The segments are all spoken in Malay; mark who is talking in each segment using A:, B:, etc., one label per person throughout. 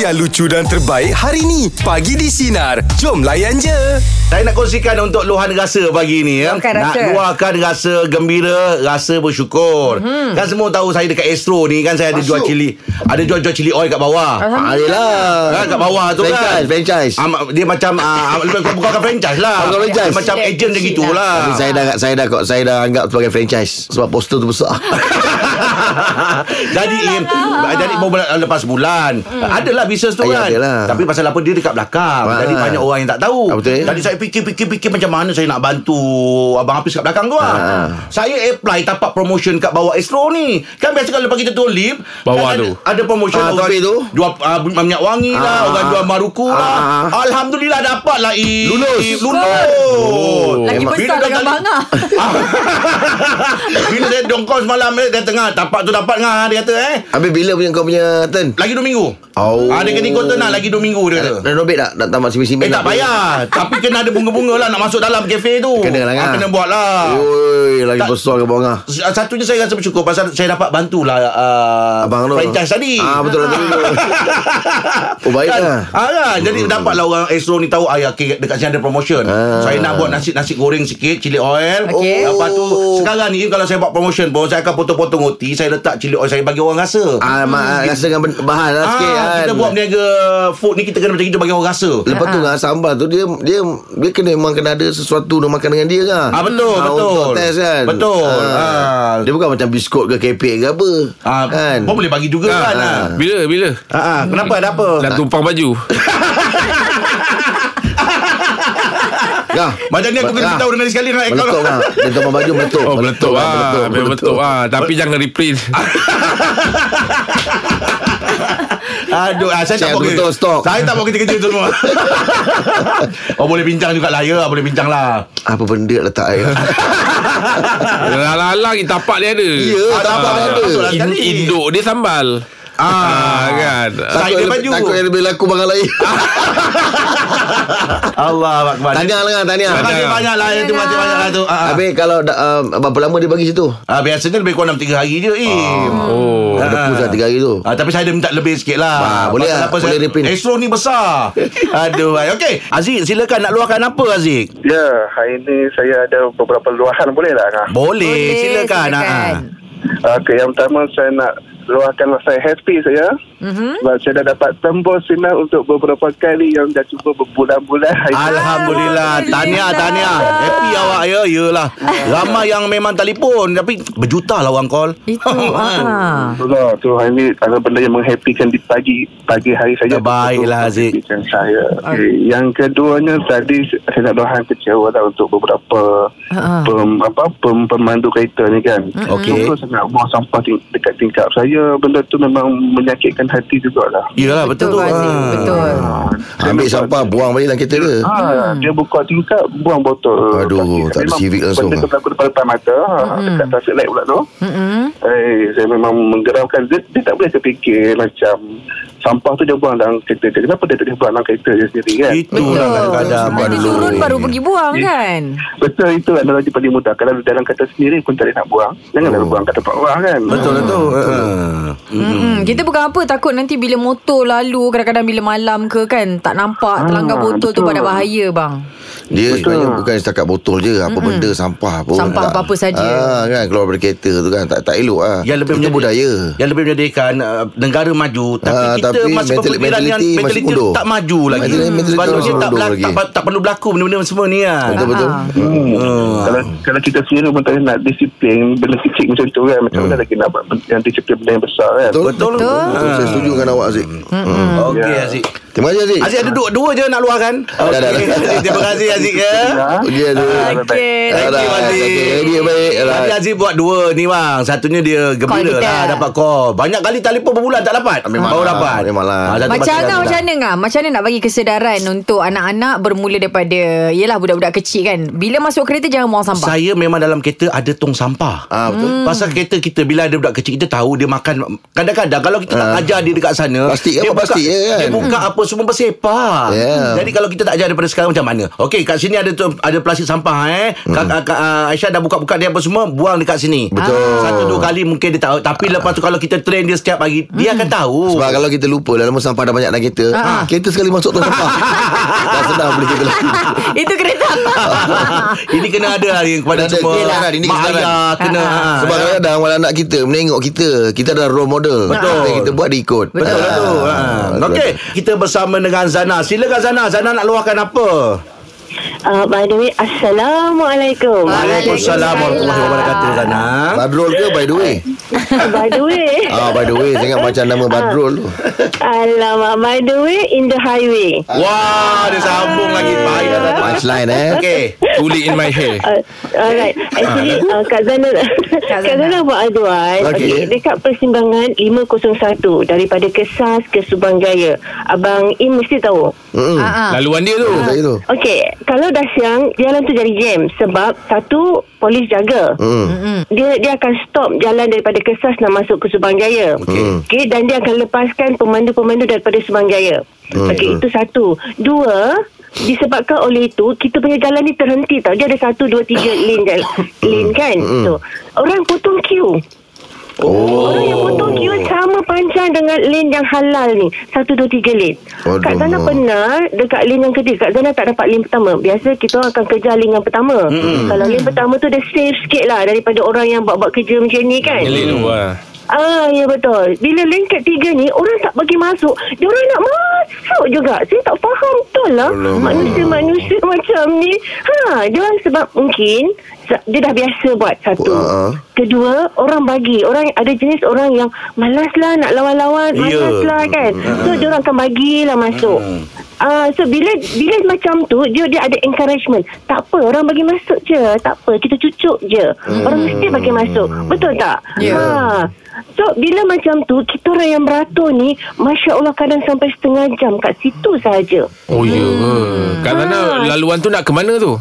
A: yang lucu dan terbaik hari ni. Pagi di Sinar. Jom layan je.
B: Saya nak kongsikan untuk luahan rasa pagi ni ya.
C: Luahkan
B: nak
C: rasa.
B: luahkan rasa gembira, rasa bersyukur. Hmm. Kan semua tahu saya dekat Astro ni kan saya ada jual cili, ada jual jual cili oil kat bawah.
D: Adalah
B: Kan kat bawah tu
D: Franchise,
B: kan.
D: franchise.
B: Ah, ma- dia macam ah, bukan bukan franchise lah.
D: Bukan franchise.
B: Dia macam
C: Affiliate
B: agent dia
C: bullshit
B: gitulah.
D: Tapi saya dah saya dah saya dah anggap sebagai franchise sebab poster tu besar.
B: jadi im, jadi baru bulan, lepas bulan hmm. adalah bisnes tu
D: Ya,
B: kan
D: adalah.
B: tapi pasal apa dia dekat belakang
D: Ah.
B: jadi banyak orang yang tak tahu
D: Ah, betul.
B: jadi saya fikir-fikir-fikir macam mana saya nak bantu abang Hafiz kat belakang tu ah.
D: Ah.
B: saya apply tapak promotion kat bawah Astro ni kan biasa kalau kita tulip
E: Bawah
B: kan ada,
E: tu.
B: ada promotion
D: Ah,
B: orang
D: tepi tu.
B: jual ah, minyak wangi lah
D: Ah.
B: orang jual maruku lah
D: Ah.
B: Alhamdulillah dapat lah Im.
D: Lulus.
B: lulus
E: Oh.
C: Lagi
B: Bila
C: besar
B: dah
C: dengan
B: kali-
C: Abang Angah.
B: Ah. Bila saya dongkol semalam eh, Dia tengah Tapak tu dapat ngah Dia kata eh
D: Habis bila punya kau punya turn?
B: Lagi 2 minggu
D: Oh.
B: ah, Dia kena ikut tenang Lagi 2 minggu dia kata
D: Dah robek tak? Dah tamat simen-simen
B: Eh tak payah Tapi kena ada bunga-bunga lah Nak masuk dalam kafe tu
D: Kena lah,
B: Ah,
D: kan?
B: Kena buat lah
D: Oi, lagi
B: Tak-
D: besar ke bawah ngah.
B: Satunya saya rasa bersyukur Pasal saya dapat bantulah uh,
D: Abang tu.
B: Franchise tadi
D: Ah betul lah. betul. Oh
B: kan?
D: baiklah.
B: Ah, kan? Jadi dapatlah orang Astro ni tahu ayah okay, dekat sini ada promotion.
D: Ah.
B: Saya nak buat nasi nasi goreng sikit, cili oil. Oh.
C: Okey.
B: Lepas tu
D: Oh.
B: sekarang ni kalau saya buat promotion pun saya akan potong-potong roti, saya letak cili oil, saya bagi orang rasa. Hmm.
D: Ah, mak, rasa dengan ben- bahan lah sikit kan.
B: Ah, kita buat berniaga food ni kita kena macam itu bagi orang rasa.
D: Lepas tu kan sambal tu dia dia dia kena memang kena ada sesuatu nak makan dengan dia kan.
B: Ah, betul, betul.
D: Untuk test kan.
B: Betul. Ah.
D: Dia bukan macam biskut ke kepek ke apa.
B: Ah,
D: kan.
B: Pun boleh bagi juga kan.
D: ah.
B: Ah.
E: Bila bila
B: Ah, ah. kenapa ada apa?
E: Nak tumpang baju
D: Kah?
B: Macam ni aku kena
D: Kah?
B: beritahu dengan sekali nak ekor.
D: Meletup kan. Dia tambah baju meletup.
E: Oh meletup ah, Memang meletup ah, Tapi jangan reprint
B: Aduh, ah, saya
D: Cik,
B: tak
D: aku
B: boleh.
D: betul stok.
B: Saya tak mau kerja-kerja tu semua. oh, boleh bincang juga lah ya, boleh bincang lah.
D: Apa benda letak air.
E: Alang-alang tapak dia ada
D: Ya, tak apa
B: tak
D: ada.
B: betul lah.
E: In,
B: Sekali.
E: Induk dia sambal Ah kan
B: Tak-
D: Takut
B: dia
D: yang-
B: baju.
D: Takut yang lebih laku barang lain.
B: Allah Akbar.
D: Tahniah lah, tahniah.
B: Terima kasih banyak lah ya, Terima kasih banyak lah tu Ah, ah.
D: Habis kalau dah, um, berapa lama dia bagi situ?
B: Ah, Biasanya lebih kurang 6-3 hari je Im
E: Oh
D: Ada
B: Ah.
D: pus lah tiga hari tu.
B: Ah, tapi saya ada minta lebih sikit lah.
D: Ah, boleh
B: Pasal
D: lah, boleh
B: saya-
D: reprint.
B: Astro ni besar. Aduh. ay. Okey. Aziz, silakan nak luahkan apa Aziz?
F: Ya, hari ni saya ada beberapa luahan boleh tak? Kak?
B: Boleh, silakan. ah. silakan.
F: Okey, yang pertama saya nak luahkan rasa happy saya.
B: Mhm.
F: Mm-hmm. Sebab saya dah dapat tembus sinar untuk beberapa kali yang dah cuba berbulan-bulan. Hari
B: Ah.
F: ni.
B: Alhamdulillah. Tahniah, tahniah. Ah, Happy awak ya. Yalah. Ramai yang memang telefon tapi berjuta lah orang call.
C: Itu.
D: Oh,
C: ah.
F: Allah, tu hari ni ada benda yang menghappykan di pagi pagi hari saya.
C: Ah,
B: Terbaiklah, Aziz.
F: Menghappykan saya. Okay. Yang keduanya tadi saya nak luahkan kecewa lah untuk beberapa
C: Ah.
F: pem, apa pem, pemandu kereta ni kan.
B: Okey.
F: Terus saya nak buang sampah ting- dekat tingkap saya. Benda tu memang menyakitkan hati jugalah.
B: Yalah, betul,
C: Betul,
B: tu.
C: Aziz.
B: Ah.
C: Betul.
D: Ah,
C: Hmm.
D: Ambil sampah, buang balik dalam kereta dia.
F: Ha, dia buka tingkap buang botol.
D: Aduh,
F: Plastik.
D: tak ada
F: Memang
D: civic langsung
F: Benda
D: lah.
F: tu berlaku depan depan mata.
C: Hmm.
F: Mm-hmm. Dekat traffic light pula tu.
C: Mm-mm.
F: Eh, saya memang menggeramkan. Dia, dia tak boleh terfikir macam sampah tu dia buang dalam kereta. dia. Kenapa dia tak boleh buang dalam kereta dia sendiri kan?
B: Itu
C: Betul.
B: lah kadang-kadang.
C: Nanti
D: Aduh.
C: turun
F: Hmm.
C: baru pergi buang kan.
F: Betul itu lah analogi paling mudah. Kalau dalam kereta sendiri pun tak boleh nak buang. Janganlah oh. buang kat tempat orang kan.
B: Betul lah tu. Ah.
C: Mm-mm. Hmm, Kita bukan apa takut nanti bila motor lalu kadang-kadang bila malam ke kan tak nampak terlanggar
F: Ah,
C: botol tu
F: betul.
C: pada bahaya bang.
D: Dia sebenarnya bukan setakat botol je Apa mm benda sampah pun
C: Hmm. Sampah
D: tak-
C: apa-apa saja.
D: ah, kan, Keluar dari kereta tu kan Tak, tak elok lah
B: yang
D: Itu
B: lebih menjadi-
D: budaya
B: yang lebih menjadikan uh, negara maju tapi
D: Ah,
B: kita
D: tapi
B: masih
D: mental-
B: berfikiran yang
D: mentaliti masih
B: mentaliti
D: undur.
B: tak maju lagi
D: Mentaliti- mentaliti
B: sebab
D: masih
B: dia tak,
D: undur
B: berlaku,
D: lagi.
B: tak, pa- tak perlu berlaku benda-benda semua ni kan
D: Betul-betul
C: Ah.
F: Hmm. Kalau kalau kita sendiri pun tak boleh nak disiplin benda kecil macam tu kan macam mana lagi nak buat benda- yang disiplin benda yang besar kan
D: Hmm. Betul Betul, betul. Saya setuju dengan awak Aziz
B: Okey
F: Ya.
B: Aziz
D: Terima kasih Aziz
B: Aziz ada dua, dua je nak luahkan
D: dah, dah.
B: Okey, Terima kasih Aziz ya
D: Okey Aziz
C: Okey.
B: Thank you,
D: Alright,
B: Aziz.
D: okey, Dia baik alright.
B: Tadi Aziz buat dua ni bang Satunya dia
C: Call
B: gembira
C: kita.
B: lah Dapat call Banyak kali telefon berbulan tak dapat
D: Memang
B: Baru
D: lah,
B: dapat
D: memang lah.
B: Ah, satu
C: Macam
B: pasal
C: Angah
B: dah.
C: macam mana Angah? Macam mana nak bagi kesedaran untuk anak-anak bermula daripada Yelah budak-budak kecil kan Bila masuk kereta jangan buang sampah
B: Saya memang dalam kereta ada tong sampah.
D: Ah, betul.
B: Hmm. Pasal kereta kita bila ada budak kecil kita tahu dia makan kadang-kadang kalau kita tak ajar dia dekat sana
D: Ah. Plastik,
B: dia
D: apa plastik je kan? Ya.
B: Dia buka apa semua bersepak.
D: Yeah.
B: Jadi kalau kita tak ajar daripada sekarang macam mana? Okey, kat sini ada tu- ada plastik sampah eh.
D: Hmm.
B: Kak, kak, kak ah, Aisyah dah buka-buka dia apa semua, buang dekat sini.
D: Betul. Ah.
B: Satu dua kali mungkin dia tahu, tapi lepas tu kalau kita train dia setiap hari, dia
D: Hmm.
B: akan tahu.
D: Sebab kalau kita lupa Dah lama sampah dah banyak dalam kereta
B: Ha.
C: Ah.
D: Kereta sekali masuk tong sampah Tak sedar boleh kita lagi
C: Itu kereta apa?
B: ini kena ada lah ni kepada
D: Kena ada,
B: semua.
D: kena ada, ini
B: Mak
D: kesedaran.
B: ayah kena.
C: Ah,
B: ah.
D: Sebab kadang-kadang Walau anak kita Menengok kita Kita adalah role model
B: Betul.
D: Apa yang kita buat dia ikut
B: Betul
D: Ah.
B: betul. Ha. Okey, kita bersama dengan Zana. Silakan Zana. Zana nak luahkan apa?
G: Ah. Uh, by the way, Assalamualaikum.
B: Waalaikumsalam warahmatullahi wabarakatuh Zana.
D: Badrol ke by the way
G: by the way.
D: Ah, by the way Sangat macam nama
G: Ah.
D: Badrol tu
G: Alamak, by the way, in the highway.
B: Wah, dia sambung lagi baik dah Zana.
D: Punchline eh
B: Okey.
E: Uli in my hair.
G: Uh, alright. Actually, uh, Kak Zana,
C: Kak
G: Kak
C: Zana.
G: Zana buat aduan. Okay.
D: Okey.
G: Dekat persimbangan 501 daripada Kesas ke Subang Jaya. Abang Im mesti tahu.
D: Mm-mm.
C: Ah, ah.
E: Laluan dia tu.
D: Saya tu
G: Okey, kalau dah siang, jalan tu jadi jam. Sebab, satu, polis jaga.
D: Mm.
G: Dia dia akan stop jalan daripada Kesas nak masuk ke Subang Jaya.
D: Okey.
G: Okay, dan dia akan lepaskan pemandu-pemandu daripada Subang Jaya.
D: Hmm.
G: Okey, itu satu. Dua, disebabkan oleh itu kita punya jalan ni terhenti tau. Dia ada satu, dua, tiga lane jalan, lane kan.
D: Hmm.
G: So, orang potong queue. Oh. Orang yang potong queue sama panjang dengan lane yang halal ni. Satu, dua, tiga lane.
D: Aduh.
G: Kat sana pernah dekat lane yang ketiga. Kat sana tak dapat lane pertama. Biasa kita orang akan kejar lane yang pertama. Mm-hmm. Kalau lane pertama tu dia safe sikit lah daripada orang yang buat-buat kerja macam ni kan.
E: Ngelik
A: Hmm.
E: tu. ah.
G: Ah, ya betul. Bila lane ketiga ni, orang tak bagi masuk. Diorang nak masuk juga. Saya tak faham betul lah. Manusia-manusia macam ni. Ha, diorang sebab mungkin se- dia dah biasa buat satu.
D: Ah.
G: Kedua, orang bagi. Orang ada jenis orang yang malaslah nak lawan-lawan.
B: Ya.
G: Malaslah kan. So, diorang akan bagilah masuk. Ah, so bila bila macam tu dia dia ada encouragement. Tak apa, orang bagi masuk je. Tak apa, kita cucuk je. Orang mesti bagi masuk. Betul tak?
C: Ya.
G: Ha. So bila macam tu kita orang yang beratur ni Masya Allah kadang sampai setengah jam kat situ saja.
E: Oh ya. Kat
G: Ah.
E: sana laluan tu nak ke mana tu?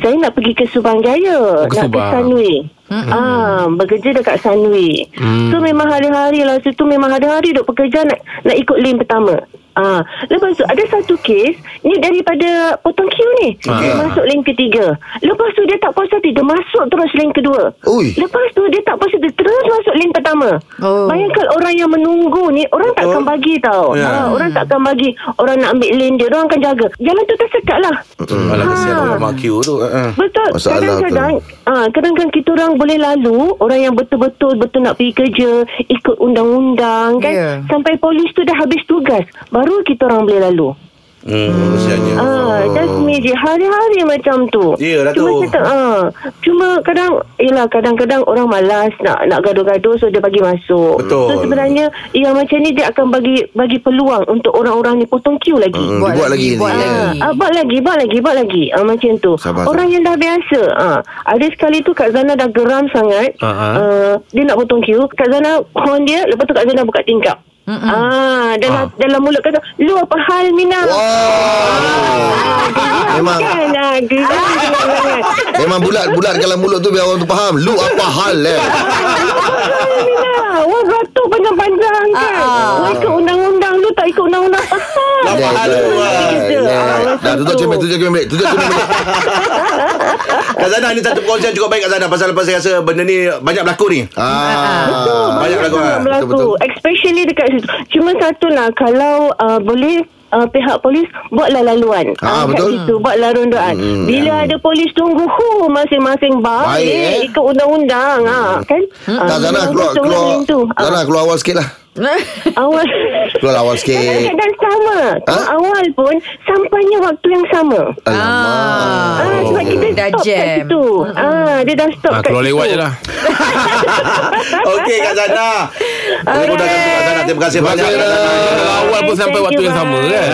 G: Saya nak pergi ke Subang Jaya
E: Oh, ke
G: Nak
E: Subang. Hmm.
G: ke Sunway Ah, bekerja dekat Sunway So memang hari-hari lah Situ memang hari-hari duk pekerja nak, nak ikut lane pertama Ah, lepas tu ada satu kes ni daripada potong queue ni.
E: Ah.
G: Dia masuk lane ketiga. Lepas tu dia tak puas hati dia masuk terus lane kedua.
D: Ui.
G: Lepas tu dia tak puas hati terus masuk lane pertama.
C: Oh.
G: Bayangkan orang yang menunggu ni orang tak akan bagi tau. Ha,
B: Ya.
G: orang tak akan bagi. Orang nak ambil lane dia, orang akan jaga. Jalan tu tersekat lah.
B: Malah kesian
G: Ha.
B: orang mak queue tu. Ha.
G: Betul.
D: Masalah
G: kadang-kadang ah kadang-kadang kita orang boleh lalu orang yang betul-betul betul nak pergi kerja, ikut undang-undang kan.
C: Ya.
G: Sampai polis tu dah habis tugas, baru kita orang boleh lalu.
B: Hmm, kesiannya.
G: Ah, that's me je. Hari-hari macam tu.
B: Ya, Datuk.
G: Cuma kita ah, cuma kadang yalah kadang-kadang orang malas nak nak gaduh-gaduh so dia bagi masuk.
B: Betul.
G: So sebenarnya yang macam ni dia akan bagi bagi peluang untuk orang-orang ni potong queue lagi.
D: Mm, dia buat lagi
C: buat
D: ni,
C: lagi.
D: eh.
G: Ah, buat lagi, buat lagi, buat lagi. Ah, macam tu.
D: Sabar,
G: Orang
D: sabar.
G: yang dah biasa. Ah, ada sekali tu Kak Zana dah geram sangat.
E: Ah, ah.
G: Uh, dia nak potong queue. Kak Zana horn dia, lepas tu Kak Zana buka tingkap. Mm-mm. Ah, dalam ah. dalam mulut kata, "Lu apa hal Mina?" Ah, geram
D: Memang-
G: kan? Ah, geram sangat.
D: Memang bulat-bulat dalam mulut tu Biar orang tu faham Lu apa hal eh
G: Mina, wah beratur panjang-panjang kan.
C: Ah, ah.
G: Wah ikut undang-undang, lu tak ikut undang-undang. Faham?
B: Apa hal lu? ah.
D: Dah tutup cermin Tutup cermin Tutup cermin
B: Kak Zana ni satu perkongsian cukup baik Kak Zana pasal lepas saya rasa benda ni banyak berlaku ni.
G: Betul,
D: Ah,
B: banyak
G: banyak
B: lagu,
G: sangat
B: ah.
G: berlaku.
D: Betul, betul.
G: Especially dekat situ. Cuma satu lah, kalau uh, boleh uh, pihak polis buatlah laluan.
D: Ah,
G: Ah,
D: betul.
G: Kat situ, buatlah rondoan. Hmm, Bila ada polis tunggu, hu, masing-masing baik.
D: Baik, eh.
G: Ikut undang-undang. ah, kan? Ah,
D: Tak Zana
G: memang
D: keluar
G: betul
D: keluar
G: macam tu. Ah,
D: Zana keluar awal sikit lah
G: Awal.
D: Keluar awal sikit
G: Kadang-kadang sama.
D: Eh. Ha?
G: Ha? Awal pun, sampainya waktu yang sama.
D: Alamak
G: Ah, sebab kita
C: Dah
G: stop kat
C: jam.
G: situ. Ah, dia dah stop
E: Ah,
G: kat
E: keluar
G: situ.
E: lewat je lah.
B: Okey Kak Zana. Boleh mudahkan tu Kak Zana. Terima kasih banyak Kak Zana.
E: Awal pun
G: Thank
E: sampai
G: you,
E: waktu yang sama
G: bye.
E: kan.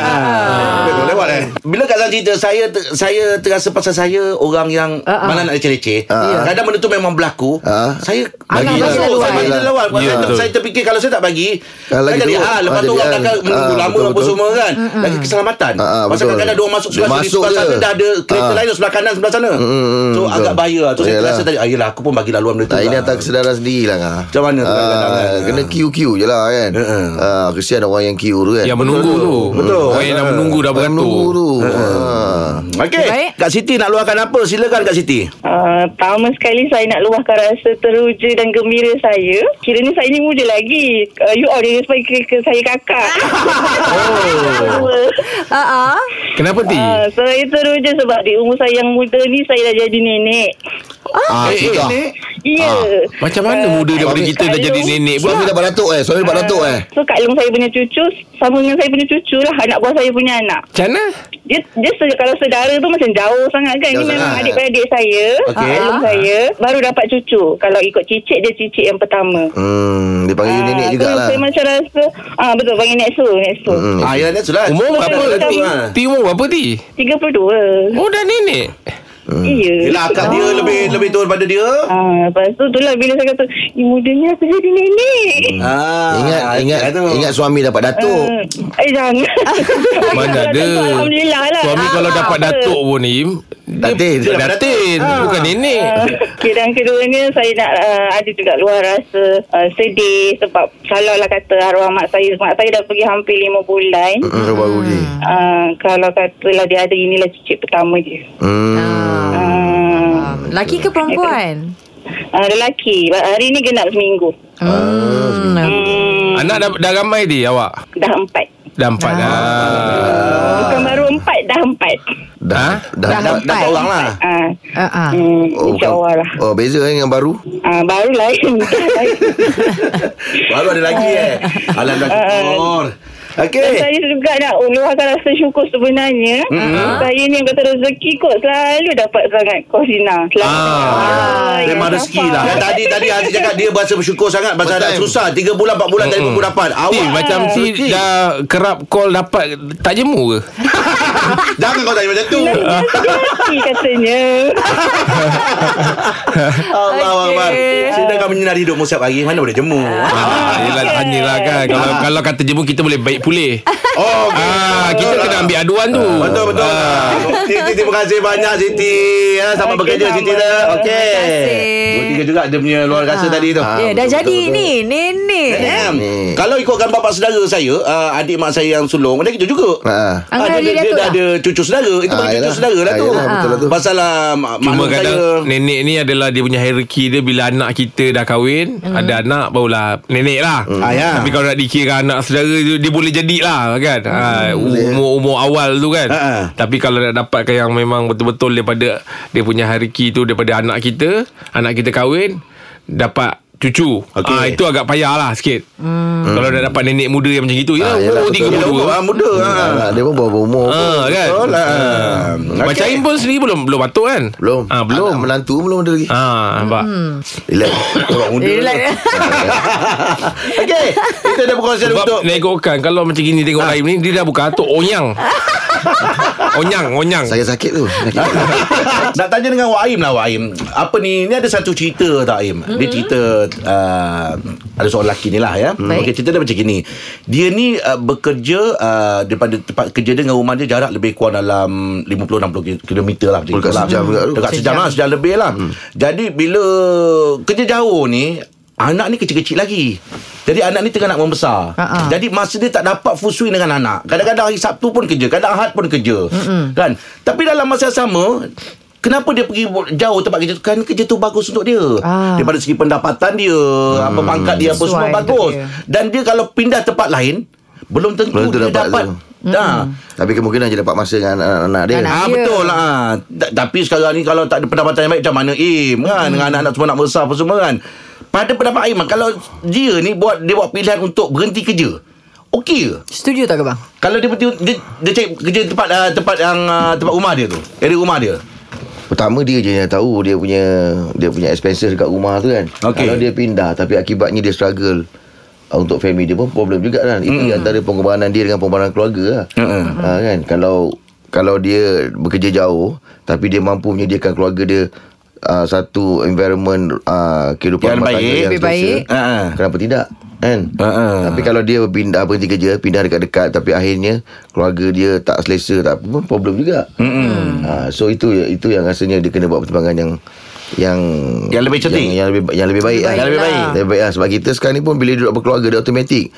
B: Betul lewat eh. Bila Kak Zan cerita saya ter, saya terasa pasal saya orang yang uh-uh.
G: Ah,
B: malah nak leceh-leceh. Uh-uh. Kadang benda tu memang berlaku.
D: Ah.
B: Uh-huh. Saya
D: Alah,
B: bagi
D: bagi
B: saya
D: laluan.
B: bagi dia laluan.
E: Ya,
B: Yeah, saya,
E: betul.
B: saya terfikir kalau saya tak bagi
D: Ah,
B: kan
D: lagi
B: jadi
D: teruk.
B: ah lepas
D: Ah,
B: tu
D: jadi, ah,
B: orang takkan
D: ah,
B: menunggu lama
D: betul,
B: apa
D: betul.
B: semua kan. Lagi keselamatan.
D: Ah, ah,
B: Pasal
D: betul.
B: kadang-kadang dia orang masuk sebelah
D: Dia
B: sini
D: masuk
B: sebelah
D: je.
B: sana dah ada kereta
D: Ah. Hmm,
B: lain sebelah kanan sebelah sana. So
D: betul.
B: agak bahaya. lah. Tu saya
D: Yalah. Hmm,
B: terasa tadi ah, yelah aku pun bagi laluan benda tu.
D: Tak ini
B: lah.
D: atas kesedaran sendiri lah
B: Macam mana tu
D: Ah,
B: kadang-kadang kan?
D: Kena
B: Ah.
D: queue-queue je lah kan
B: Uh-uh.
D: Ah, Kesian orang yang queue tu kan
E: Yang Ya, menunggu tu
B: Betul.
E: Orang yang dah
B: Ah,
E: menunggu dah
D: Yang menunggu
E: beratur
D: tu Ah.
B: Okey,
C: Baik.
B: Kak Siti nak luahkan apa? Silakan Kak Siti.
H: Uh, pertama sekali saya nak luahkan rasa teruja dan gembira saya. Kiranya saya ni muda lagi. Uh, you all dia sebagai ke- ke- saya kakak. oh.
C: Ah ah.
E: Kenapa Ti?
H: Uh, saya teruja sebab di umur saya yang muda ni saya dah jadi nenek.
B: Ah,
E: eh,
B: sudah. Ah.
E: eh,
H: Ya. Yeah.
E: Macam mana
D: Eh,
E: muda daripada
H: Ah.
E: kita dah jadi nenek
D: Suami
E: pula?
D: dah beratuk eh Suami dah beratuk eh
H: So Kak Long saya punya cucu sama dengan saya punya cucu lah anak buah saya punya anak.
E: Macam mana?
H: Dia dia se- kalau saudara tu macam jauh sangat kan.
D: Jauh
H: Ini memang
D: sangat. Ah.
H: adik-beradik saya,
B: Okey.
H: okay. Long saya baru dapat cucu. Kalau ikut cicit dia cicit yang pertama.
D: Hmm, dia panggil you
H: Ah,
D: nenek
H: tu
D: jugalah.
H: Saya macam rasa ah betul panggil Nexo Nexo.
D: Hmm.
B: Ah, ya, dah sudah.
E: lah. Umur berapa
H: Betul.
E: Ti? Ti umur berapa Ti?
H: 32.
E: Oh dah nenek
H: Iya.
B: Yelah, akak dia
D: Ah.
B: lebih lebih tua daripada dia.
H: Ah, lepas tu itulah bila saya kata, "Ih, mudanya aku jadi nenek."
B: Ah,
D: Ingat ingat
B: itu.
D: ingat suami dapat datuk.
H: Hmm. Eh jangan Kalau
E: Mana ada
H: Ya, datuk, Alhamdulillah lah
E: Suami kalau dapat datuk pun Im dia-
D: Datin.
E: dia Datin Bukan nenek
H: Ah, Okay, dan keduanya saya nak uh, ada juga luar rasa uh, sedih sebab kalau lah kata arwah mak saya mak saya dah pergi hampir lima bulan
D: Hmm, baru ni.
H: uh, kalau katalah dia ada inilah cicit pertama dia Ah.
D: Hmm.
H: uh,
C: Ah. Laki ke perempuan?
H: uh, lelaki hari ni genap seminggu
E: Ah,
C: Hmm.
H: hmm,
E: Anak dah, dah ramai Ti awak?
H: dah empat
E: Dah empat dah
H: uh, bukan baru empat dah empat
E: Ha?
D: Dah
C: Dah
D: dah dah.
B: Ah. Dah
C: empat.
B: tahu orang lah.
H: uh,
C: Ah ah.
H: hmm,
D: Oh,
H: insyaAllah lah
D: bukan- oh beza eh dengan baru.
H: uh, baru lain
B: Baru ada lagi eh. Alah dah
D: Ah.
B: syukur. Okey.
H: Dan saya juga nak luahkan rasa syukur sebenarnya. Mm-hmm. Saya ni kata rezeki kot selalu dapat sangat Kosina. Selalu.
B: Ah,
D: ya,
H: yang
B: memang
H: sabar.
B: rezeki lah. Dan tadi tadi Aziz cakap dia berasa bersyukur sangat pasal dah
D: Betul. Hmm.
B: susah 3 bulan 4 bulan tadi pun dapat.
E: Ti
B: Awak
E: macam Ti dah kerap call dapat Tak jemu ke?
B: jangan kau tanya macam tu.
H: Rezeki katanya.
B: Allah Akbar. Sini kau menyinari hidupmu setiap hari mana boleh jemu.
E: Ah, yelah, tanyalah kan kalau kalau kata jemu kita boleh baik pulih.
B: Oh, okey.
E: Ah, kita
B: Betul
E: kena
B: lah.
E: ambil aduan tu.
B: Betul betul. Ah. Siti terima kasih banyak Siti. Ya, selamat
H: Okey,
B: bekerja
H: sama.
B: Siti dah. Okey.
C: Terima kasih.
B: Dua tiga juga dia punya luar
D: Ah.
B: rasa tadi tu. Ah,
C: Ya, dah jadi ni nenek. eh.
B: Am,
D: Ni.
B: Kalau ikutkan bapak saudara saya, uh, adik mak saya yang sulung, macam kita juga.
D: Ha.
B: Ah,
C: Angkat
B: dia,
C: Ali
B: dia,
C: Datuk
B: dia dah
C: lah.
B: ada cucu saudara Itu
D: Ah,
B: panggil cucu
D: yelah.
B: saudara lah
D: Ah,
B: tu
D: yelah, betul lah tu.
B: Pasal ah, mak-
E: Cuma
B: maklum
E: kadang
B: saya
E: nenek ni adalah dia punya hierarki dia bila anak kita dah kahwin, ada anak barulah nenek lah.
B: Ah, ya.
E: Tapi kalau nak dikira anak saudara dia, dia boleh jadilah kan. Ha, umur-umur awal tu kan.
B: Hmm, Ha, ha.
E: Tapi kalau nak dapatkan yang memang betul-betul daripada dia punya hierarki tu daripada anak kita, anak kita kahwin dapat cucu.
B: Okey.
E: Ah itu agak payah lah sikit. Kalau nak dapat nenek muda yang macam gitu, ya
D: Ah, yelah,
E: umur
D: betul.
B: Dia dah
E: 32.
B: umur, ah, muda ah.
E: Hmm.
D: Ah, dia pun baru berumur.
E: Ah, kan?
B: Betul lah
E: Okay. Macam Im pun sendiri belum belum batuk kan?
D: Belum.
E: Ah belum.
D: Anak menantu belum ada lagi.
E: Ah nampak.
D: Relax. Orang
G: Eh,
D: muda. lah.
C: Relax.
B: Okay Kita dah berkongsian
E: Sebab
B: untuk Ah.
E: nak ikutkan Kalau macam gini Tengok ha. ni Dia dah buka atuk Onyang Onyang Onyang
D: Saya sakit tu. Sakit.
B: Nak tanya dengan Wak Aim lah Wak Aim Apa ni Ni ada satu cerita tak Aim mm-hmm. Dia cerita uh, Ada seorang lelaki ni lah ya
C: Baik.
B: Okey cerita dia macam gini Dia ni uh, bekerja uh, Daripada tempat kerja dia dengan rumah dia Jarak lebih kurang dalam 50-60 km lah macam
D: Dekat
B: tu lah.
D: sejam juga tu.
B: Dekat sejam
C: Sejam.
B: lah Sejam lebih lah hmm. Jadi bila Kerja jauh ni Anak ni kecil-kecil lagi jadi anak ni tengah nak membesar
C: Ha-ha.
B: Jadi masa dia tak dapat Fusui dengan anak Kadang-kadang hari Sabtu pun kerja Kadang Ahad pun kerja Mm-mm. Kan Tapi dalam masa yang sama Kenapa dia pergi bu- jauh tempat kerja tu Kan kerja tu bagus untuk dia
C: Ah. Hmm.
B: Daripada segi pendapatan dia Apa pangkat dia
C: Sesuai
B: Apa semua
C: untuk
B: bagus
C: dia.
B: Dan dia kalau pindah tempat lain Belum tentu
D: Belum tentu
B: dia
D: dapat
B: dapat,
D: tu.
B: Ha. Dah
D: Tapi kemungkinan je dapat masa dengan anak-anak dia.
C: Anak.
B: Ah
C: Ya.
B: betul lah. Ah, Ta- Tapi sekarang ni kalau tak ada pendapatan yang baik macam mana Im kan dengan anak-anak semua nak besar apa semua kan. Pada pendapat Im kalau dia ni buat dia buat pilihan untuk berhenti kerja. Okey ke?
C: Setuju tak ke bang?
B: Kalau dia berhenti dia, dia cari kerja tempat uh, tempat yang uh, tempat rumah dia tu. Area rumah dia.
D: Pertama dia je yang tahu dia punya dia punya expenses dekat rumah tu kan.
B: Okey.
D: Kalau dia pindah tapi akibatnya dia struggle uh, untuk family dia pun problem juga kan. Itu mm. antara pengorbanan dia dengan pengorbanan keluarga lah.
B: Mm-mm.
D: Ha, kan kalau kalau dia bekerja jauh tapi dia mampu menyediakan keluarga dia uh, satu environment uh, kehidupan
B: Yang
D: rumah tangga
B: baik.
D: yang
C: Lebih baik.
D: Ha.
B: Ha-ha.
D: Kenapa tidak? Kan?
B: Ha-ha.
D: Tapi kalau dia pindah berhenti kerja, pindah dekat-dekat tapi akhirnya keluarga dia tak Ah,
B: Hmm.
D: selesa tak apa pun problem juga. Hmm. Ha, so itu itu yang rasanya dia kena buat pertimbangan yang yang
B: Yang lebih cantik?
D: yang, yang lebih yang lebih baik
C: Yang
B: lebih baik.
D: Lebih baik lah sebab kita sekarang ni pun bila duduk berkeluarga dia automatik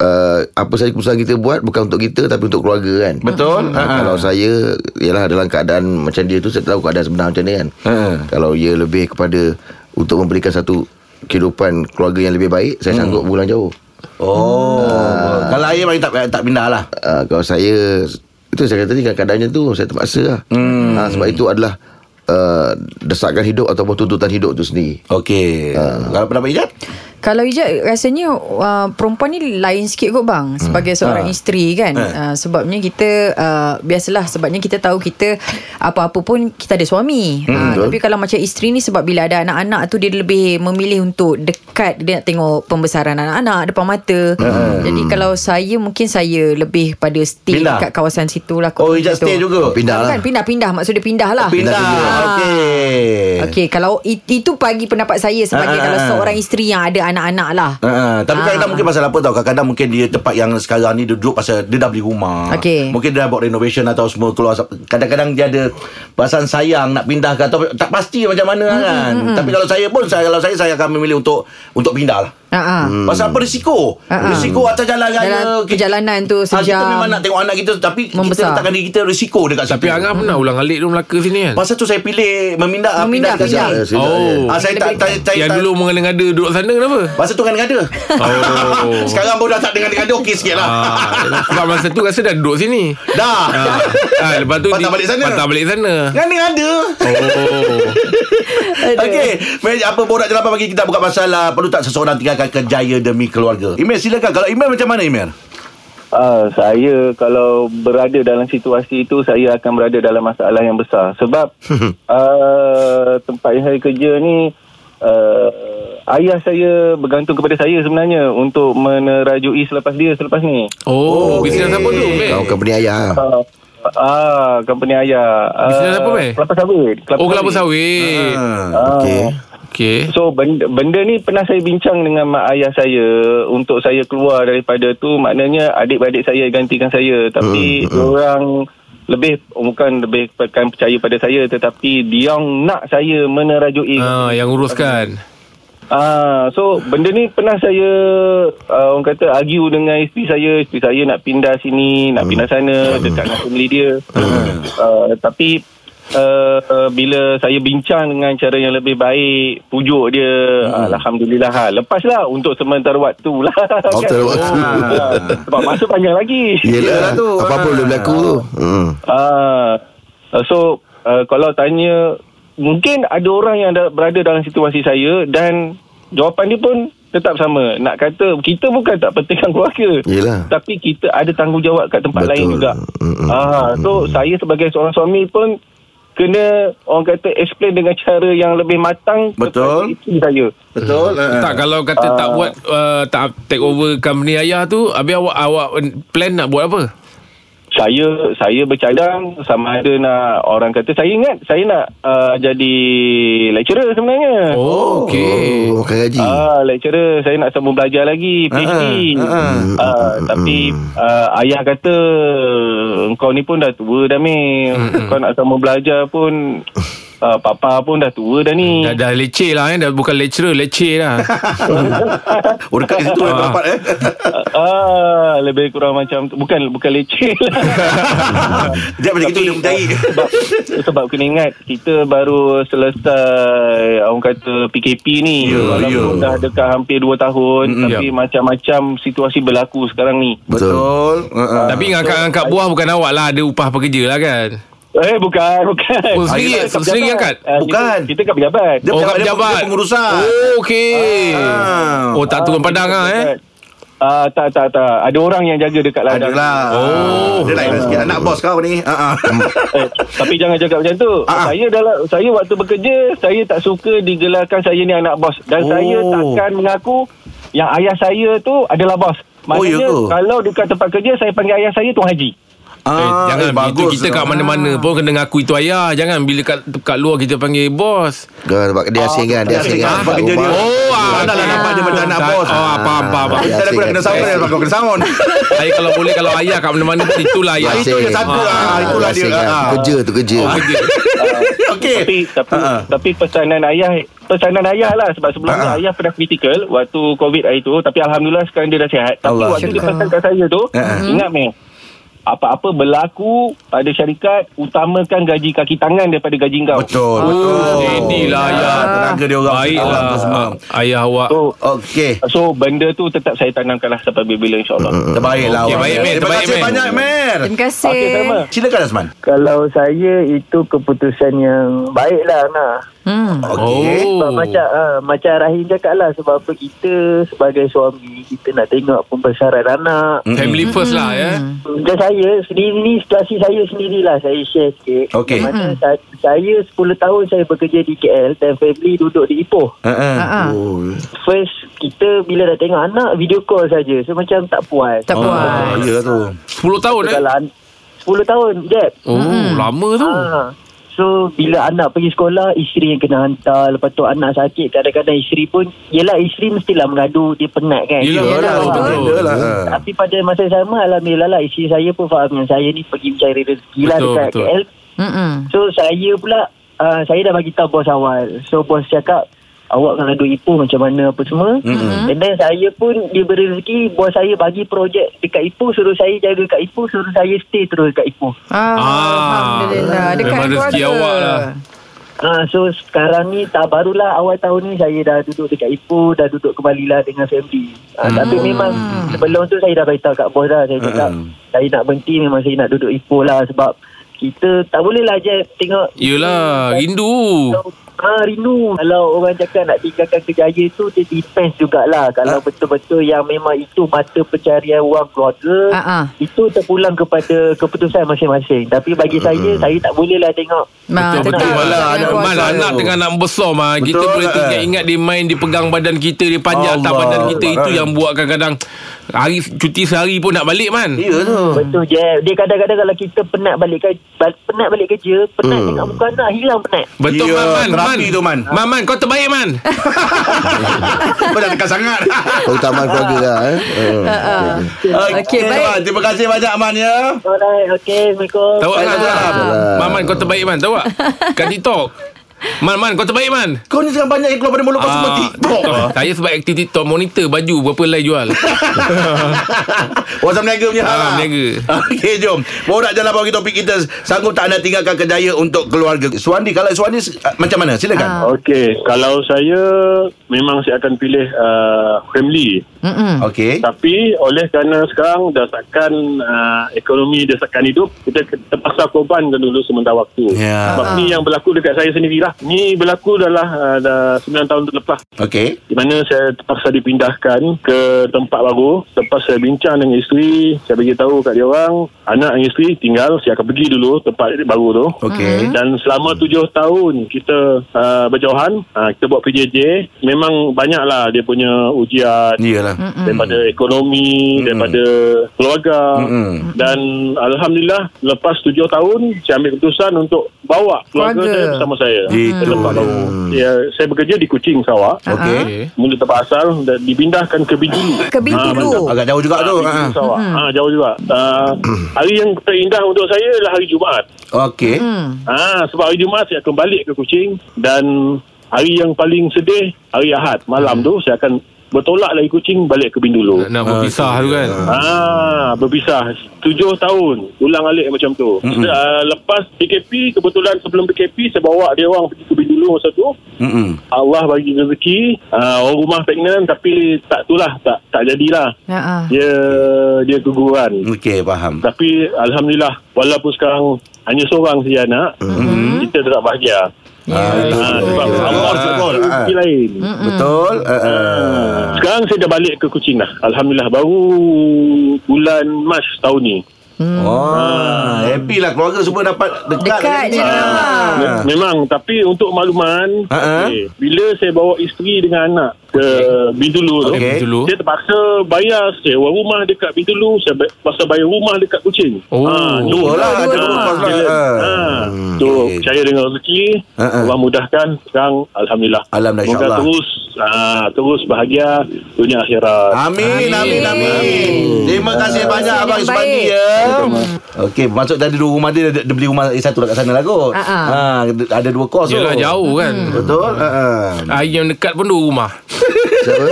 D: uh, apa saja keputusan kita buat bukan untuk kita tapi untuk keluarga kan.
B: Betul.
D: Ha,
B: Ha-ha.
D: Kalau saya Ialah dalam keadaan Macam dia tu Saya tahu keadaan sebenar macam ni kan
B: Ha.
D: Kalau dia lebih kepada Untuk memberikan satu Kehidupan keluarga yang lebih baik Saya
B: Hmm.
D: sanggup pulang jauh
B: Oh.
D: Ah.
B: Kalau ayah bagi tak tak pindah lah.
D: uh, Kalau saya Itu saya kata tadi Keadaan macam tu Saya terpaksa lah hmm. ha, Sebab itu adalah uh, Desakan hidup Ataupun tuntutan hidup tu sendiri Ah.
B: Okey. Kalau pendapat Ijat?
C: Kalau Ijat rasanya uh, perempuan ni lain sikit kot bang sebagai hmm. seorang ha. isteri kan. Ha. Uh, sebabnya kita uh, biasalah sebabnya kita tahu kita apa-apa pun kita ada suami. Hmm, uh, tapi kalau macam isteri ni sebab bila ada anak-anak tu dia lebih memilih untuk dekat dia nak tengok pembesaran anak-anak depan mata. Hmm. Jadi kalau saya mungkin saya lebih pada stay
B: Pindah.
C: Pindah. dekat kawasan situ lah.
B: Oh, Ijat stay juga?
D: Pindah lah
C: Bukan pindah-pindah maksud dia kan? pindah lah.
B: Pindah. Ah. Okey.
C: Okey, kalau it, itu pagi pendapat saya sebagai
B: Eh. Ah, ah,
C: kalau
B: ah.
C: seorang isteri yang ada anak-anak lah.
B: Uh, tapi
C: Ah.
B: kadang-kadang mungkin pasal apa tau Kadang-kadang mungkin dia tempat yang sekarang ni Dia duduk pasal dia dah beli rumah
C: Okey.
B: Mungkin dia dah buat renovation atau semua keluar Kadang-kadang dia ada perasaan sayang nak pindah ke Atau tak pasti macam mana
C: Hmm,
B: mm, kan mm, Tapi kalau saya pun saya, Kalau saya, saya akan memilih untuk untuk pindah lah
C: Ha ah.
B: Hmm. Pasal apa risiko
C: Ha-ha.
B: Risiko atas jalan raya
C: Dalam Ah. perjalanan tu
B: Ah, Kita
C: sejam.
B: memang nak tengok anak kita Tapi
C: um, Membesar.
B: kita letakkan diri kita risiko dekat situ
E: Tapi Angah pernah ulang alik tu Melaka sini kan
B: Pasal tu saya pilih Memindah,
C: Memindah,
B: pindah,
C: pindah.
B: pindah.
E: Oh
B: Ah, Saya tak, tak, tak,
E: Yang
B: tak
E: dulu mengada-ngada duduk sana kenapa?
B: Masa tu kan ada
E: Oh.
B: Sekarang pun dah tak dengan ada Okey sikit lah
E: Ah, sebab masa tu rasa dah duduk sini.
B: Dah
E: Ah, ah, lepas tu
B: Patah
E: di-
B: balik sana.
E: Patah balik sana.
B: Kan dia ada
E: Oh.
G: Oh.
B: Okey Mej- Apa borak jelapan pagi Kita buka masalah Perlu tak seseorang tinggalkan kerjaya Demi keluarga Imel silakan Kalau Imel macam mana Imel?
A: Ah, saya kalau berada dalam situasi itu saya akan berada dalam masalah yang besar sebab uh, tempat yang saya kerja ni uh, ayah saya bergantung kepada saya sebenarnya untuk menerajui selepas dia selepas ni.
E: Oh, bisnes apa tu?
G: lah.
E: Mel?
D: Kau company ayah lah.
A: Ah, ah company ayah. Ah,
E: Bisnes apa, Meh?
A: Kelapa sawit.
E: Oh, kelapa sawit.
A: Ah.
D: Okey
E: Okey.
A: So benda, benda ni pernah saya bincang dengan mak ayah saya untuk saya keluar daripada tu maknanya adik-beradik saya gantikan saya
D: Hmm,
A: tapi orang lebih bukan lebih akan percaya pada saya tetapi dia nak saya menerajui
E: Ah, yang uruskan.
A: Ah, so benda ni pernah saya uh, orang kata argue dengan isteri saya, isteri saya nak pindah sini,
D: Hmm.
A: nak pindah sana dekat dengan family dia. Uh, tapi uh, uh, bila saya bincang dengan cara yang lebih baik, pujuk dia,
D: Hmm.
A: alhamdulillah ha. Lepaslah untuk sementara waktu lah.
D: Sementara waktu.
A: Ah, sebab masa panjang lagi.
D: Yelah
B: Yelah tu.
D: Apa-apa
B: Ah.
D: boleh berlaku tu hmm.
A: Ah, uh, so uh, kalau tanya mungkin ada orang yang ada, berada dalam situasi saya dan jawapan dia pun tetap sama. Nak kata kita bukan tak pentingkan keluarga.
D: Yelah.
A: Tapi kita ada tanggungjawab kat tempat
D: Betul.
A: lain juga.
D: Mm-mm.
A: Ah, so saya sebagai seorang suami pun kena orang kata explain dengan cara yang lebih matang
B: Betul.
A: kepada isteri saya. Ah.
B: Betul
D: Eh,
E: Tak kalau kata
D: Ah.
E: tak buat uh, tak take over company ayah tu, habis awak awak eh, plan nak buat apa?
A: saya saya bercadang sama ada nak orang kata saya ingat saya nak uh, jadi lecturer sebenarnya.
E: Oh, okey.
D: Oh makan gaji
A: Ah, lecturer saya nak sambung belajar lagi PhD.
B: Ah, ah, ah.
A: Ah, tapi ah, ayah kata kau ni pun dah tua dah meh. Kau nak sambung belajar pun ah, papa pun dah tua dah ni.
E: Dah dah leceh lah eh, dah bukan lecturer, leceh lah.
B: Oh dekat situ yang dapat eh
A: ah, lebih kurang macam tu. bukan bukan leceh lah.
B: Dia macam itu dia mencari
A: sebab, sebab kena ingat kita baru selesai orang kata PKP ni
B: Ya,
A: walaupun
B: ya.
A: dah dekat hampir 2 tahun mm,
E: Ya.
A: tapi macam-macam situasi berlaku sekarang ni
B: Betul
D: Eh,
B: Ah, ah.
E: Tapi ngangkat-ngangkat buah bukan awak lah, ada upah pekerja lah kan.
A: eh bukan bukan
E: Oh, sendiri-
A: Kita kat
E: sendiri
A: pejabat.
E: angkat?
A: Eh,
B: Bukan.
A: kita, kita kat pejabat
B: Dia
E: oh,
B: pejabat,
E: kat
B: dia-
E: pejabat.
B: dia pengurusan.
E: Oh, okey.
B: Ah.
E: Oh, tak turun padang ah eh.
A: Ah, tak, tak, tak. Ada orang yang jaga dekat ladang. Ah.
B: Adalah
E: Oh.
B: Dia lain sikit Anak bos kau ni Ah, ah.
A: Eh, tapi jangan cakap macam tu.
B: Ah, ah.
A: Saya dalam saya waktu bekerja, saya tak suka digelarkan saya ni anak bos dan
B: Oh.
A: oh. saya takkan mengaku yang ayah saya tu adalah bos. Maknanya
B: ya ke?
A: oh, kalau dekat tempat kerja saya panggil ayah saya Tuan Haji.
E: Eh,
B: Ah,
E: jangan
B: eh,
E: begitu kita kat
B: tau.
A: Ah.
E: mana-mana pun kena ngaku itu ayah. Jangan bila kat kat luar kita panggil bos.
D: Kau nampak Dia asing kan
A: Ah,
D: Dia
B: dia
D: asing
B: asing.
D: kan
B: Sebab kerja dia.
D: Rumah.
E: Oh, ah,
B: Mana lah
E: okey.
B: nampak dia macam anak
E: Tak-
B: bos.
E: Oh, apa apa apa.
D: Ah,
B: Kita dah kena sound
D: Asing.
B: Kau kena sound
E: Ayah kalau
B: Ya,
E: boleh kalau ayah Ah, kat mana-mana pun itulah ayah.
B: Asing. Itu yang satu lah. Itulah dia.
D: Asing kan.
B: Ah.
D: Kerja tu kerja
E: Oh, kerja.
B: Okey.
I: Tapi tapi,
B: Ha-ha.
I: uh tapi pesanan ayah pesanan ayah lah sebab sebelum tu
B: Ha-ha.
I: ayah pernah kritikal waktu COVID hari tu tapi alhamdulillah sekarang dia dah sihat. Tapi
B: Allah
I: waktu dia
B: syukur.
I: pesan kat saya tu
A: Ha,
B: Ha-ha.
I: ingat
A: Hmm.
I: meh apa-apa berlaku pada syarikat utamakan gaji kaki tangan daripada gaji kau.
B: Betul, betul.
E: Jadilah ayah.
B: Tenaga dia orang
E: Baiklah
B: orang tu semua.
E: Ayah awak
I: So
B: Okey.
I: so benda tu tetap saya tanamkan lah sampai bila insyaAllah.
B: Hmm. Terbaiklah
E: Okey,
B: awak.
E: baik, Mer.
B: Terima
E: Terbaik,
B: kasih
E: Mer.
B: banyak Mer.
G: Terima kasih.
I: Okey, sama.
B: Silakan Azman.
J: Kalau saya itu keputusan yang baik lah nah.
G: Hmm.
B: Okey.
J: Sebab macam uh, macam Rahim cakap lah sebab apa kita sebagai suami kita nak tengok pembesaran anak.
B: Mm-mm.
E: Family first lah ya.
J: Macam saya sendiri ni situasi saya sendirilah saya share sikit.
B: Okey.
J: Mana saya, saya 10 tahun saya bekerja di KL dan family duduk di Ipoh.
B: Ha-ha.
G: Ha-ha.
B: Oh.
J: First kita bila dah tengok anak video call saja. So macam tak puas.
G: Tak
B: Oh,
D: Ah,
G: puas.
B: ya tu.
E: 10 tahun eh.
J: Kalau an- 10 tahun Jeb.
E: Oh, lama tu.
J: Ah. So bila anak pergi sekolah Isteri yang kena hantar Lepas tu anak sakit Kadang-kadang isteri pun Yelah isteri mestilah mengadu Dia penat kan
E: Yelah,
B: Yalah,
G: betul.
B: betul. Yalah. ha.
J: Tapi pada masa yang sama Alhamdulillah lah Isteri saya pun faham Yang saya ni pergi mencari rezeki lah
E: Betul,
J: Dekat
E: betul.
J: KL
G: Mm-mm.
J: So saya pula uh, Saya dah bagi tahu bos awal So bos cakap Awak mengadu Ipoh macam mana apa semua mm-hmm. And then saya pun diberi rezeki Bos saya bagi projek dekat Ipoh Suruh saya jaga kat Ipoh Suruh saya stay terus kat Ipoh
G: Ah, Alhamdulillah. Dekat
E: memang rezeki
G: keluarga.
E: awak lah.
J: Ha, so sekarang ni tak barulah awal tahun ni saya dah duduk dekat Ipoh dah duduk kembali lah dengan family. Ha, hmm.
E: Mm.
J: Tapi memang
G: Mm.
J: sebelum tu saya dah beritahu kat bos dah saya cakap
B: Mm-mm.
J: saya nak berhenti memang saya nak duduk Ipoh lah sebab kita tak boleh lah je tengok
E: Yelah, rindu.
J: Ha, rindu Kalau orang cakap nak tinggalkan kerjaya tu Dia depends
B: Ha?
J: jugalah Kalau betul-betul yang memang itu Mata pencarian wang keluarga
B: Ha,
G: Ah, ah.
J: Itu terpulang kepada keputusan masing-masing Tapi bagi saya Saya tak boleh lah tengok
G: Ma,
E: Ha, Betul,
G: tetap
E: betul.
G: Ah, dengan
B: Malah,
G: keluarga.
B: ada
E: Mal
B: Betul.
E: anak dengan anak besar mah kita
B: Betul,
E: boleh tinggal
B: eh.
E: ingat dia main dia pegang badan kita dia panjat atas
B: Allah.
E: badan kita itu
B: Eh.
E: yang buat kadang-kadang hari cuti sehari pun nak balik man.
B: Ya tu.
J: Betul je Dia kadang-kadang kalau kita penat balik kerja Penat balik kerja Penat hmm. tengok muka anak Hilang penat Ha.
E: Betul
B: Ya,
E: yeah, man, man.
B: terapi tu, Man.
E: Man, man, kau terbaik man.
B: Kau dah dekat sangat.
D: Keutamaan keluarga lah eh.
G: Ah,
D: Hmm.
G: Okey, baik.
B: Man. Terima kasih banyak Man ya.
J: Alright Okay Assalamualaikum
B: lah,
E: Tahu tak? Man?
D: Salam.
E: Man, man, kau terbaik man. Tahu tak? Kat TikTok. Man, man, kau terbaik man.
B: Kau ni sekarang banyak yang keluar pada mulut kau semua
E: Ah,
B: TikTok.
E: Saya sebab aktif TikTok monitor baju berapa lai jual.
B: Orang meniaga punya ha.
E: Ah, berniaga.
B: Okey jom Borak jalan bagi topik kita Sanggup tak anda tinggalkan kedaya Untuk keluarga Suandi Kalau Suandi ah, Macam mana silakan
I: Okey, kalau saya memang saya akan pilih uh, family.
G: Mm-mm.
B: Okey
I: Tapi oleh kerana sekarang dasarkan uh, ekonomi, dasarkan hidup, kita ke- terpaksa korbankan dulu sementara waktu.
B: Ya.
I: Sebab ni yang berlaku dekat saya sendirilah. Ni berlaku dalam uh, dah 9 tahun terlepas.
B: Okey
I: Di mana saya terpaksa dipindahkan ke tempat baru. Lepas saya bincang dengan isteri, saya beritahu kat dia orang, anak dan isteri tinggal, saya akan pergi dulu tempat baru tu.
B: Okey
I: Dan selama tujuh tahun kita uh, berjauhan, uh, kita buat PJJ, memang banyaklah dia punya ujian
B: Iyalah
I: mm. daripada ekonomi, mm. daripada keluarga.
B: Mm-mm.
I: Mm. Dan Alhamdulillah, lepas tujuh tahun, saya ambil keputusan untuk bawa
G: Keluarga.
I: keluarga, keluarga. saya bersama saya.
B: Itu
I: Ke tempat
B: dia.
I: baru. Ya, saya bekerja di Kuching, Sarawak.
B: Okey
I: Mula tempat asal dan dipindahkan ke Bintulu.
G: Ke Bintulu.
B: Agak jauh juga tu
I: Ah,
B: ha.
I: Bintulu, Sarawak. Ah, jauh juga. Ah, hari yang terindah untuk saya ialah hari Jumaat.
B: Okey
G: Hmm.
I: Ah, sebab hari Jumaat saya akan balik ke Kuching dan hari yang paling sedih hari Ahad malam tu saya akan bertolak dari Kuching balik ke Bindulu.
E: Nak berpisah tu kan.
I: Ah, berpisah tujuh tahun ulang alik macam tu. Mm-hmm. Uh, lepas PKP kebetulan sebelum PKP saya bawa dia orang pergi ke Bindulu masa tu.
B: Mm-mm.
I: Allah bagi rezeki, uh, orang rumah pregnant tapi tak tulah tak tak jadilah.
G: Ha ah.
I: Dia dia keguguran.
B: Okey faham
I: Tapi Alhamdulillah Walaupun sekarang Hanya seorang saja anak mm-hmm. Kita tetap bahagia
B: Ah, itu
I: ha,
B: betul.
I: Sebab
B: Ah,
I: Allah
B: betul.
I: Sebab rezeki
B: Ah,
I: lain
B: Betul Ah, ah.
I: Sekarang saya dah balik ke Kuching dah Alhamdulillah Baru Bulan Mac tahun ni Ah.
B: Oh Happy lah keluarga semua dapat
G: Hmm.
B: Dekat Ah.
G: Dekat je
B: dengan
G: lah.
B: kita.
I: Me- Memang Tapi untuk makluman
B: Ha-ha.
I: okay, Bila saya bawa isteri dengan anak Ke Bintulu tu
B: Okey.
E: Bintulu.
I: Saya terpaksa bayar sewa rumah dekat Bintulu Saya ba- terpaksa bayar rumah dekat Kuching
E: Oh.
I: Ah, ni
B: Dua lah
G: Dua
B: Ada
G: rumah.
B: lepas lah
I: Ha.
B: Ah.
I: So
B: Okey.
I: percaya dengan rezeki
B: Ha, ha.
I: Allah mudahkan Sekarang Alhamdulillah
B: Alhamdulillah,
I: Moga
B: insyaAllah.
I: terus uh, terus bahagia dunia akhirat.
B: Amin, amin, amin. Terima kasih banyak
A: Nasihat
B: abang
A: yang
B: Ismandi
A: baik.
B: ya. Okey, masuk tadi dua rumah dia, dia, dia beli rumah lagi satu dekat sana lah kot.
A: Ah, Hmm. ah.
B: Ha, ada dua kos.
G: Yelah
B: tu.
G: jauh kan
B: Betul. Ha, ha.
G: Hari yang dekat pun dua rumah
D: Siapa?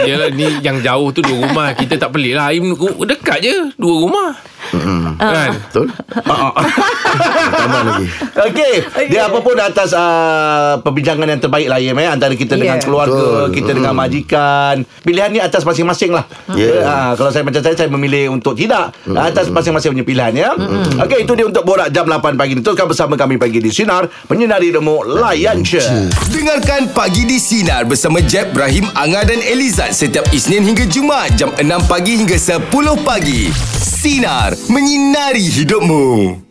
G: Yelah ni yang jauh tu dua rumah Kita tak pelik lah Hari menunggu- dekat je Dua rumah
A: Ah.
B: Ah,
G: Kan
D: Betul? Tambah lagi.
B: Okey, dia apa pun atas uh, perbincangan yang terbaik lah ya, eh? antara kita dengan
A: Yeah.
B: keluarga,
D: Betul.
B: kita dengan majikan. Pilihan ni atas masing-masing lah.
A: Hmm.
D: Yeah.
B: Ah, kalau saya macam saya saya memilih untuk tidak atas masing-masing punya pilihan ya.
A: Hmm.
B: Okey, itu dia untuk borak jam 8 pagi ni. Teruskan bersama kami pagi di sinar menyinari demo layan je.
E: Dengarkan Pagi di Sinar bersama Jeb, Ibrahim, Anga dan Elizad setiap Isnin hingga Jumaat jam 6 pagi hingga 10 pagi. Sinar. Menyinari hidupmu.